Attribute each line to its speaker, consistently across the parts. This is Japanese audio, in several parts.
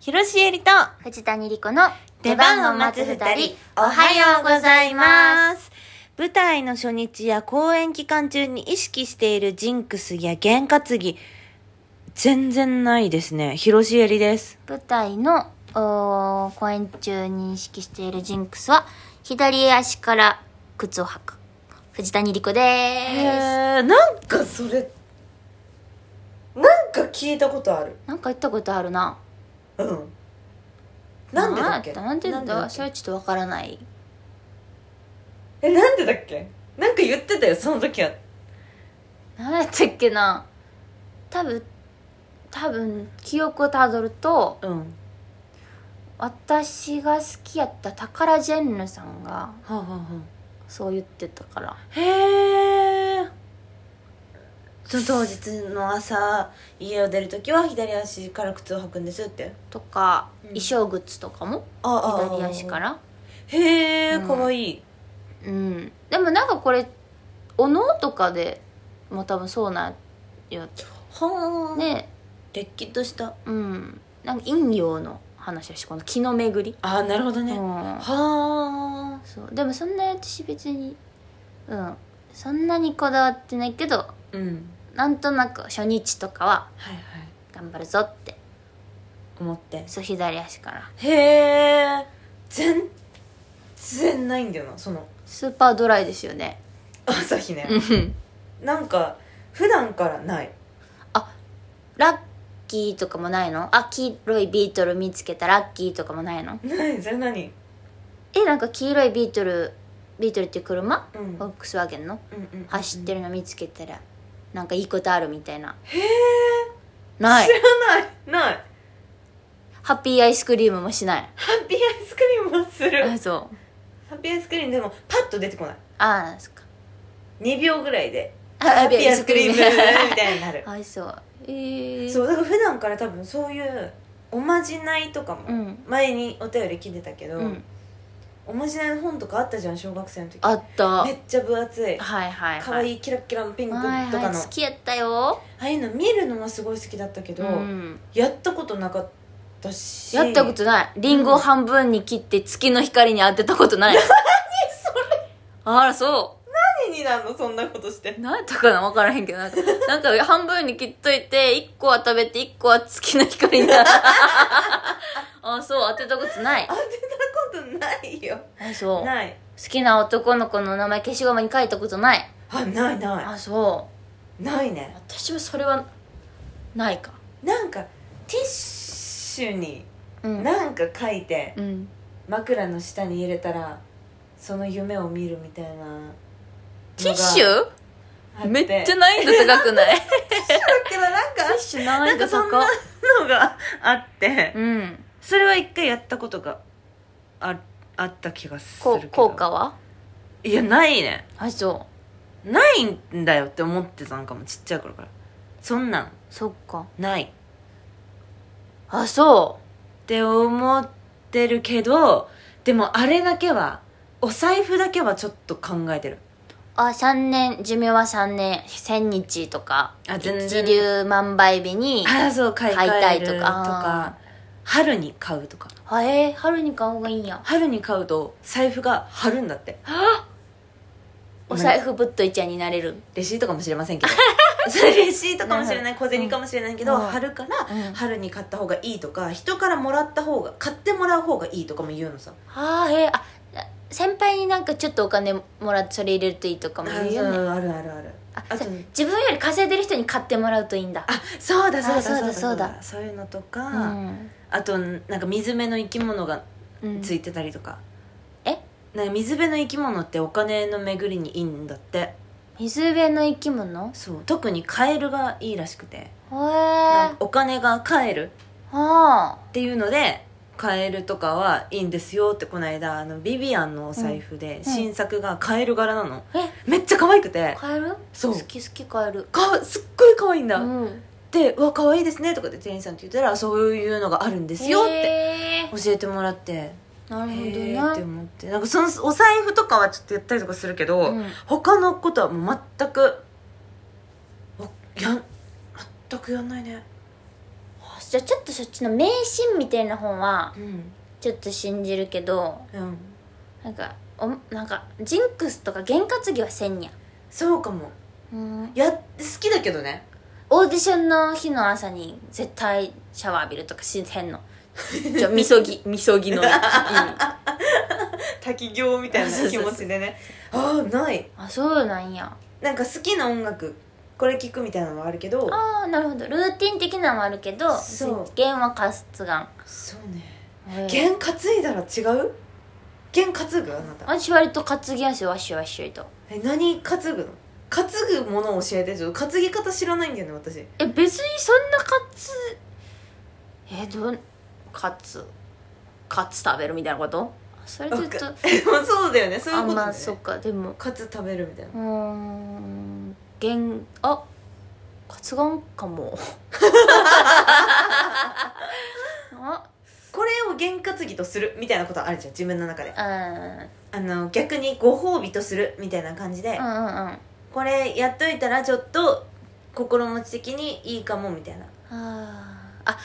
Speaker 1: 広しえりと
Speaker 2: 藤谷莉子の
Speaker 1: 出番を待つ二人、おはようございます。舞台の初日や公演期間中に意識しているジンクスや験担ぎ、全然ないですね。広しえりです。
Speaker 2: 舞台のおー公演中に意識しているジンクスは左足から靴を履く藤谷莉子です
Speaker 1: ー、なんかそれ、なんか聞いたことある。
Speaker 2: なんか言ったことあるな
Speaker 1: うん。
Speaker 2: なんでだそれはちょっとわからない
Speaker 1: え、なんでだっけなんか言ってたよ、その時は。
Speaker 2: 何やったっけな多分多分記憶をたどると
Speaker 1: うん。
Speaker 2: 私が好きやったタカラジェンヌさんが
Speaker 1: はあ、はあは
Speaker 2: そう言ってたから
Speaker 1: あ、へえ。その当日の朝、家を出る時は左足から靴を履くんですって。
Speaker 2: とか、
Speaker 1: うん
Speaker 2: 衣装靴とかも
Speaker 1: ああ。
Speaker 2: 左足からら
Speaker 1: へえ、
Speaker 2: うん
Speaker 1: かわいい。
Speaker 2: うんでもなんかこれお能とかでも多分そうなんよ
Speaker 1: はあ。。
Speaker 2: ね
Speaker 1: れっきとした。
Speaker 2: うんなんか陰陽の話だしこの気の巡り、
Speaker 1: ああ、なるほどね。
Speaker 2: う
Speaker 1: は
Speaker 2: ん
Speaker 1: あ。
Speaker 2: そうでもそんな私別にうんそんなにこだわってないけど
Speaker 1: うん。
Speaker 2: なんとなく初日とかは
Speaker 1: はいはい。
Speaker 2: 頑張るぞって
Speaker 1: 思って。
Speaker 2: そう左足から
Speaker 1: へえ。全然ないんだよな、その。
Speaker 2: スーパードライですよね
Speaker 1: 朝日ね。なんか、普段からない。
Speaker 2: ラッキーとかもないのあ黄色いビートル見つけたラッキーとかもないの
Speaker 1: ない、じゃあ何
Speaker 2: えなんか黄色いビートルビートルっていう車
Speaker 1: うん。うん
Speaker 2: フォックスワーゲンの
Speaker 1: うん
Speaker 2: 走ってるの見つけたらなんかいいことあるみたいな
Speaker 1: へえ。
Speaker 2: ない
Speaker 1: 知らない。ない。
Speaker 2: ハッピーアイスクリームもしない
Speaker 1: ハッピーアイスクリームはする。
Speaker 2: あそう
Speaker 1: ハッピーアイスクリームでも、パッと出てこない。
Speaker 2: あそっか
Speaker 1: 2秒ぐらいで。
Speaker 2: あハ
Speaker 1: ハッピーアイスクリームみ
Speaker 2: ム
Speaker 1: たいになる。
Speaker 2: あ そうええ
Speaker 1: そうだから普段から多分そういうおまじないとかも、
Speaker 2: うん
Speaker 1: 前にお便り聞いてたけど、
Speaker 2: うん
Speaker 1: おまじないの本とかあったじゃん小学生の時
Speaker 2: あったは
Speaker 1: め
Speaker 2: い
Speaker 1: っちゃ分厚い
Speaker 2: はいはい
Speaker 1: 可愛いキラキラのピンクと
Speaker 2: はい
Speaker 1: かの、
Speaker 2: はい好きやったよ
Speaker 1: ああいうの見るのはすごい好きだったけど、
Speaker 2: うん
Speaker 1: やったことなかったし
Speaker 2: やったことないリンゴを半分に切って月の光に当てたことない 何それあらそ
Speaker 1: 何になんのそんなことして
Speaker 2: う何やったかな分からへんけどなんかなんか半分に切っといて1個は食べて1個は月の光に当て たあそう当てたことない
Speaker 1: 当てたことないよ
Speaker 2: あそう好
Speaker 1: ない
Speaker 2: きな男の子の名前消しゴムに書いたことない
Speaker 1: あないな
Speaker 2: あそう
Speaker 1: いないね
Speaker 2: 私はそれはないか
Speaker 1: なんかティッシュに
Speaker 2: うん
Speaker 1: なんか書いて、
Speaker 2: うん
Speaker 1: 枕の下に入れたらその夢を見るみたいな
Speaker 2: ティッシュ
Speaker 1: ュ
Speaker 2: めっちゃ
Speaker 1: な
Speaker 2: 難易度高くない テ
Speaker 1: けどなんか
Speaker 2: ィッシュ難
Speaker 1: な
Speaker 2: 易
Speaker 1: んか
Speaker 2: 度
Speaker 1: そ
Speaker 2: 高
Speaker 1: んなのがあって
Speaker 2: うん
Speaker 1: それは一回やったことがああった気がする
Speaker 2: こ
Speaker 1: けど
Speaker 2: 効果はい
Speaker 1: やないね
Speaker 2: あそう
Speaker 1: ないんだよって思ってたんかもちっちゃい頃からそんなん
Speaker 2: そっか
Speaker 1: ないっ
Speaker 2: あそ
Speaker 1: て思ってるけどでもあれだけはお財布だけはちょっと考えてる
Speaker 2: うあ3年寿命は3年1000日とか
Speaker 1: あ全
Speaker 2: 一
Speaker 1: 然
Speaker 2: 流万倍日 に
Speaker 1: ああそう買い替
Speaker 2: 買
Speaker 1: え
Speaker 2: いた
Speaker 1: る
Speaker 2: いと
Speaker 1: と
Speaker 2: か
Speaker 1: か
Speaker 2: あ
Speaker 1: 春に買うとか
Speaker 2: あえー、春に買う方がいいんや
Speaker 1: 春に買うと財布が張るんだって
Speaker 2: お財布ぶっといちゃんになれる
Speaker 1: レシートかもしれませんけ どそれレシートかもしれない小銭かもしれないけど、
Speaker 2: うん
Speaker 1: 貼るから
Speaker 2: うん
Speaker 1: 春に買った方がいいとか人からもらった方が買ってもらう方がいいとかも言うのさ
Speaker 2: あーえー、あ先輩になんかちょっとお金もらってそれ入れるといいとか
Speaker 1: あ
Speaker 2: も言うよね
Speaker 1: あるあるある
Speaker 2: あ
Speaker 1: あと
Speaker 2: そう自分より稼いでる人に買ってもらうといいんだ
Speaker 1: あそうだそう
Speaker 2: あ
Speaker 1: だ
Speaker 2: そうだ
Speaker 1: そう
Speaker 2: そうだ
Speaker 1: だそういうのとか、
Speaker 2: うん
Speaker 1: あとなんか水辺の生き物が
Speaker 2: うん
Speaker 1: ついてたりとか、
Speaker 2: え
Speaker 1: なんか水辺の生き物ってお金の巡りにいいんだって
Speaker 2: 水辺の生き物
Speaker 1: そう特にカエルがいいらしくて
Speaker 2: へえ
Speaker 1: なん
Speaker 2: あ
Speaker 1: かお金が帰る
Speaker 2: あ
Speaker 1: っていうのでカエルとかはいいんですよってこの間あのビビアンのお財布で新作がカエル柄なの、
Speaker 2: え
Speaker 1: めっちゃ可愛くて
Speaker 2: 買える
Speaker 1: そう
Speaker 2: 好き好き買える
Speaker 1: かわすっごい可愛いん
Speaker 2: う
Speaker 1: だ、
Speaker 2: ん
Speaker 1: で「うわ可愛いですね」とかって店員さんって言ったら「そういうのがあるんですよ」って
Speaker 2: へー
Speaker 1: 教えてもらって
Speaker 2: なるほどね
Speaker 1: へーって思ってなんかそのお財布とかはちょっとやったりとかするけど、
Speaker 2: うん
Speaker 1: 他のことはもう全くおやん全くやんないね
Speaker 2: あじゃあちょっとそっちの迷信みたいな本は
Speaker 1: うん
Speaker 2: ちょっと信じるけど
Speaker 1: うん
Speaker 2: なんかおなんかジンクスとか験担ぎはせんや
Speaker 1: そうかも
Speaker 2: うん
Speaker 1: いや好きだけどね
Speaker 2: オーディションの日の朝に絶対シャワー浴びるとかしへんのじゃあみそぎみそぎの意味
Speaker 1: 滝行みたいな気持ちでねああない
Speaker 2: あそうなんや
Speaker 1: なんか好きな音楽これ聞くみたいなのはあるけど
Speaker 2: ああなるほどルーティン的なのもあるけど
Speaker 1: そう
Speaker 2: 弦は活願
Speaker 1: そうね
Speaker 2: 弦
Speaker 1: 弦担いだら違う弦担ぐあなた
Speaker 2: 私割と担ぎやすいわっしょわっしょいと
Speaker 1: え何担ぐの担ぐものを教えてちょっと担ぎ方知らないんだよね私
Speaker 2: え別にそんなカツえどんカツカツ食べるみたいなことそれちょっと
Speaker 1: わでもそうだよねそういう
Speaker 2: あ
Speaker 1: ことだ
Speaker 2: ま
Speaker 1: よ
Speaker 2: あ
Speaker 1: ね
Speaker 2: そっかでも
Speaker 1: カツ食べるみたいな
Speaker 2: うーん弦あカツガンかも あ
Speaker 1: これを験担ぎとするみたいなことあるじゃん自分の中で
Speaker 2: うんうん
Speaker 1: あの逆にご褒美とするみたいな感じで、
Speaker 2: うんうん
Speaker 1: これやっといたらちょっと心持ち的にいいかもみたいな
Speaker 2: あーあ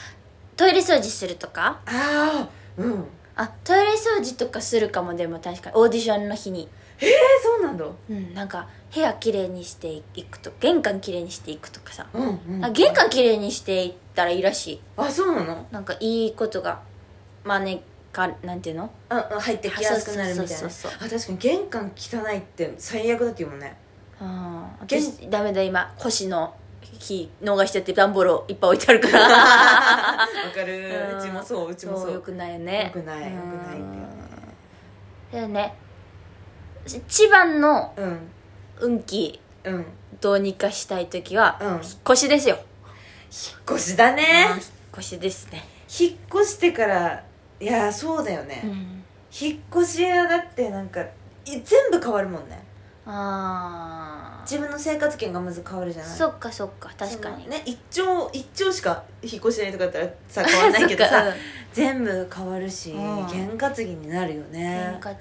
Speaker 2: トイレ掃除するとか
Speaker 1: ああうん
Speaker 2: あトイレ掃除とかするかもでも確かにオーディションの日に
Speaker 1: えそうなんだ
Speaker 2: うんなんか部屋きれいにしていくと玄関きれいにしていくとかさ、
Speaker 1: うん、うん、
Speaker 2: あ玄関きれいにしていったらいいらしい
Speaker 1: あそうなの
Speaker 2: なんかいいことが招かなんていうの
Speaker 1: うんうん入ってきやすくなるみたい
Speaker 2: そ
Speaker 1: な
Speaker 2: うそうそう
Speaker 1: あ確かに玄関汚いって最悪だって言うもん ね
Speaker 2: あー
Speaker 1: 玄
Speaker 2: 私ダメだ今腰の日逃しちゃって段ボールをいっぱい置いてあるか
Speaker 1: わ
Speaker 2: ら
Speaker 1: かる
Speaker 2: うん
Speaker 1: うちも そううちもそう
Speaker 2: よくないよね
Speaker 1: よくないよくないんだよね
Speaker 2: だよね一番の
Speaker 1: うん
Speaker 2: 運気
Speaker 1: うん引っ
Speaker 2: どうにかしたい時は、
Speaker 1: うん
Speaker 2: 引っ越しですよ、
Speaker 1: 越しだね
Speaker 2: 引っ越しですね、
Speaker 1: 引っ越してからいやそうだよね、引っ越し屋だってなんかい全部変わるもんね
Speaker 2: ああ
Speaker 1: 自分の生活圏がまず変わるじゃない
Speaker 2: そっかそっか確かに
Speaker 1: そのね一丁一丁しか引っ越してないとかだったらさ変わんないけど
Speaker 2: そ
Speaker 1: さ
Speaker 2: っか
Speaker 1: 全部変わるし
Speaker 2: うん
Speaker 1: 験担ぎになるよ
Speaker 2: うん
Speaker 1: ね
Speaker 2: 喧嘩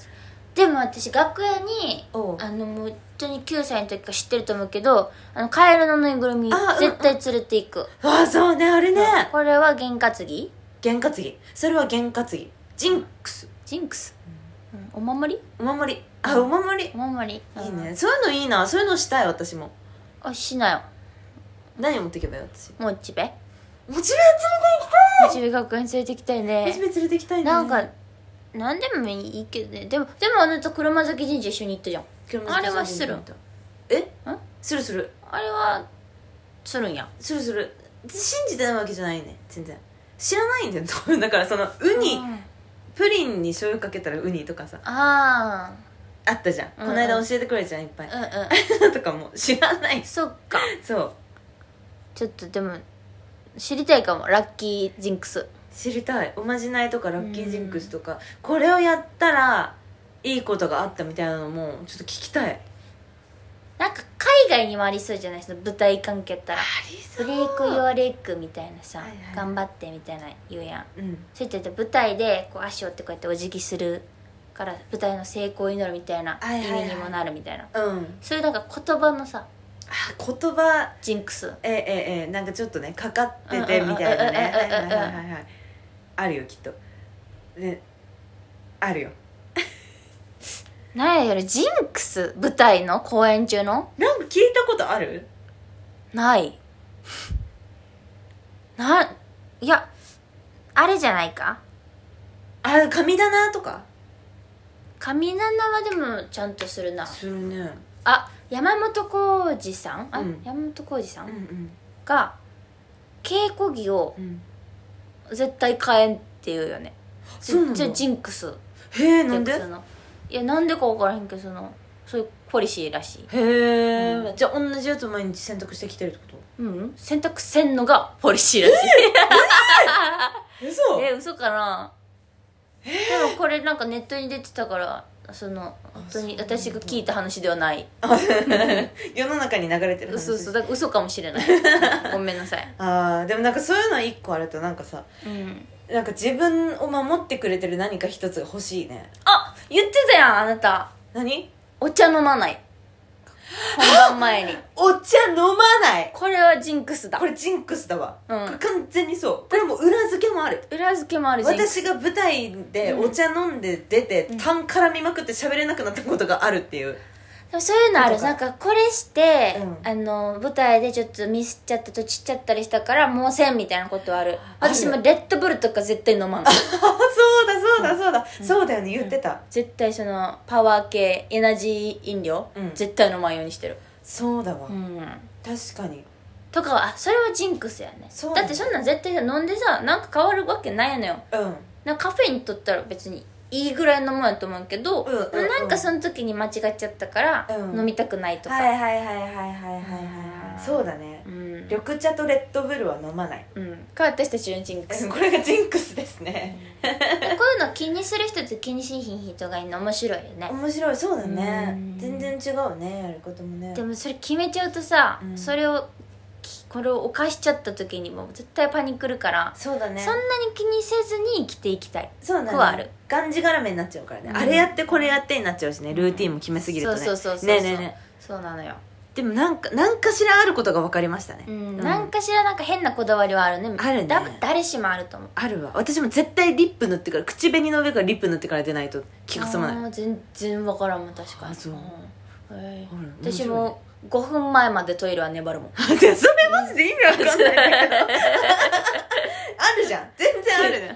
Speaker 2: でも私楽屋に
Speaker 1: おう
Speaker 2: あのもう本当に9歳の時から知ってると思うけどあのカエルのぬいぐるみ
Speaker 1: あうんうん
Speaker 2: 絶対連れていく、
Speaker 1: ああそうねあれね
Speaker 2: これは験担ぎ
Speaker 1: 験担ぎそれは験担ぎジンクス
Speaker 2: ジンクス、うんお守り
Speaker 1: お守りあお守り
Speaker 2: お守り
Speaker 1: いい
Speaker 2: うん
Speaker 1: ねそういうのいいなそういうのしたい私も
Speaker 2: あしなよ
Speaker 1: 何持っていけばいい私
Speaker 2: もうちべも
Speaker 1: モチ
Speaker 2: うちべ学園連れてきたい
Speaker 1: ベモチ
Speaker 2: ね
Speaker 1: ベ連れてきたいね
Speaker 2: なんか何でもいいけどねでもでもあなた車崎神社一緒に行ったじゃんあれはするん
Speaker 1: えするする
Speaker 2: あれはするんや
Speaker 1: するする信じてないわけじゃないね全然知らないんだよ 多分だからそのウニ
Speaker 2: うん
Speaker 1: プリンに醤油かけたらウニとかさ
Speaker 2: あ
Speaker 1: あったじゃん、
Speaker 2: うん
Speaker 1: この間教えてくれたじゃんいっぱい
Speaker 2: あうんうん
Speaker 1: とかも知らないし
Speaker 2: そっか
Speaker 1: そう
Speaker 2: ちょっとでも知りたいかもラッキージンクス
Speaker 1: 知りたいおまじないとかラッキージンクスとか、これをやったらいいことがあったみたいなのもちょっと聞きたい
Speaker 2: なんか海外にもありそうじゃないその舞台関係やったら
Speaker 1: り
Speaker 2: ブレイクヨーレイクみたいなさ、
Speaker 1: はいはい
Speaker 2: 頑張ってみたいな言うやん
Speaker 1: うん
Speaker 2: そうやって舞台でこう足を折ってこうやってお辞儀するから舞台の成功を祈るみたいな
Speaker 1: はい
Speaker 2: 意
Speaker 1: はいはい
Speaker 2: 味にもなるみたいな、
Speaker 1: うん
Speaker 2: そういうなんか言葉のさ
Speaker 1: あ言葉
Speaker 2: ジンクス
Speaker 1: ええええなんかちょっとねかかっててみたいなねはい
Speaker 2: うんうん
Speaker 1: はいは
Speaker 2: うんうんうん
Speaker 1: いはいあるよきっとねあるよ
Speaker 2: なんやろジンクス舞台の公演中の
Speaker 1: なんか聞いたことある
Speaker 2: ない ないやあれじゃないか
Speaker 1: あ神棚とか
Speaker 2: 神七はでもちゃんとするな
Speaker 1: するね
Speaker 2: あ山本浩二さんあ、
Speaker 1: うん
Speaker 2: 山本浩二さ
Speaker 1: うん
Speaker 2: ん
Speaker 1: うん
Speaker 2: が稽古着を
Speaker 1: うん
Speaker 2: 絶対買えんっていうよね
Speaker 1: そうなん
Speaker 2: じゃ
Speaker 1: だ
Speaker 2: ジンクス
Speaker 1: へえなんで
Speaker 2: ジンクスのいやなんでか分からへんけどそのそういうポリシーらしい
Speaker 1: へえ、
Speaker 2: うん
Speaker 1: じゃあ同じやつを毎日洗濯してきてるってこ
Speaker 2: うん洗濯せんのがポリシーらしい
Speaker 1: と嘘
Speaker 2: え嘘かなでもこれなんかネットに出てたからその本当に
Speaker 1: そうなんだ
Speaker 2: 私が聞いた話ではない
Speaker 1: 世の中に流れてる話
Speaker 2: 嘘嘘だから嘘かもしれ ないごめんなさい、
Speaker 1: あーでもなんかそういうの一個あるとなんかさ
Speaker 2: うん、
Speaker 1: なんか自分を守ってくれてる何か一つが欲しいね
Speaker 2: あ言ってたやんあなた
Speaker 1: 何
Speaker 2: お茶飲まない本番前に
Speaker 1: お茶飲まない
Speaker 2: これはジンクスだ
Speaker 1: これジンクスだわ、
Speaker 2: うん
Speaker 1: これ完全にそうこれもう裏付けもある
Speaker 2: 裏付けもあるジンクス
Speaker 1: 私が舞台でお茶飲んで出て、痰絡みまくって喋れなくなったことがあるっていう
Speaker 2: でもそういうのある
Speaker 1: な
Speaker 2: なんんかこれして、
Speaker 1: うん
Speaker 2: あの舞台でちょっとミスっちゃったとちっちゃったりしたからもうせんみたいなことある
Speaker 1: ある
Speaker 2: 私もレッドブルとか絶対飲まない
Speaker 1: あそうだそうだそうだ、そうだよね言ってた、
Speaker 2: 絶対そのパワー系エナジー飲料、
Speaker 1: うん
Speaker 2: 絶対飲まんようにしてる
Speaker 1: そうだわ、
Speaker 2: うん
Speaker 1: 確かに
Speaker 2: とかはあそれはジンクスやね
Speaker 1: そうだね
Speaker 2: だってそんなん絶対さ飲んでさなんか変わるわけないのよ
Speaker 1: うん
Speaker 2: なんかカフェインとったら別にいいぐらいのもんやと思うけど、
Speaker 1: うんうんうん
Speaker 2: なんかその時に間違っちゃったから、
Speaker 1: うん
Speaker 2: 飲みたくないとか、
Speaker 1: はいはいはいはいはいはいはいはいそうだね
Speaker 2: うん
Speaker 1: 緑茶とレッドブルは飲まない
Speaker 2: うん、か私たちのジンクス
Speaker 1: これがジンクスですね
Speaker 2: でこういうの気にする人と気にしひん人がいるの面白いよね
Speaker 1: 面白いそうだね
Speaker 2: うん
Speaker 1: 全然違うねやることもね
Speaker 2: でもそれ決めちゃうとさ、
Speaker 1: うん
Speaker 2: それをきこれを犯しちゃった時にもう絶対パニクるから、
Speaker 1: そうだね
Speaker 2: そんなに気にせずに生きていきたい
Speaker 1: そうだね
Speaker 2: くはある
Speaker 1: がんじがらめになっちゃうからね、
Speaker 2: うん
Speaker 1: あれやってこれやってになっちゃうしねルーティンも決めすぎるとね、
Speaker 2: そうそうそうそうそう
Speaker 1: ねえねえねえ
Speaker 2: そうなのよ、
Speaker 1: でもなんか何かしらあることが分かりましたね、
Speaker 2: う
Speaker 1: うん
Speaker 2: ん、なんかしらなんか変なこだわりはあるね
Speaker 1: あるね
Speaker 2: だ誰しもあると思う
Speaker 1: あるわ私も絶対リップ塗ってから口紅の上からリップ塗ってから出ないと気が済まない
Speaker 2: あー全然わからんもん確かに
Speaker 1: あそうん
Speaker 2: へ
Speaker 1: ほら
Speaker 2: ー私も5分前までトイレは粘るもん
Speaker 1: 面白いね それマジで意味わかん ないんだけどあるじゃん全然ある ね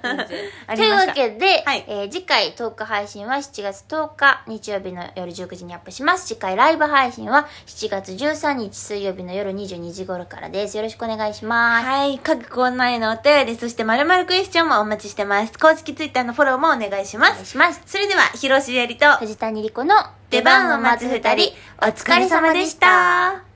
Speaker 1: あ
Speaker 2: と
Speaker 1: り
Speaker 2: いう
Speaker 1: まし
Speaker 2: わ
Speaker 1: た
Speaker 2: けで、
Speaker 1: はい
Speaker 2: えー次回トーク配信は7月10日日曜日の夜19時にアップします。次回ライブ配信は7月13日水曜日の夜22時頃からです。よろしくお願いします。
Speaker 1: はい。各コーナーへのお便り、そして〇〇クエスチョンもお待ちしてます。公式ツイッターのフォローもお願いしま
Speaker 2: お願い
Speaker 1: す。
Speaker 2: します。
Speaker 1: それでは、広瀬えりと、
Speaker 2: 藤谷莉子の
Speaker 1: 出番を待つ二人、お疲れ様でした。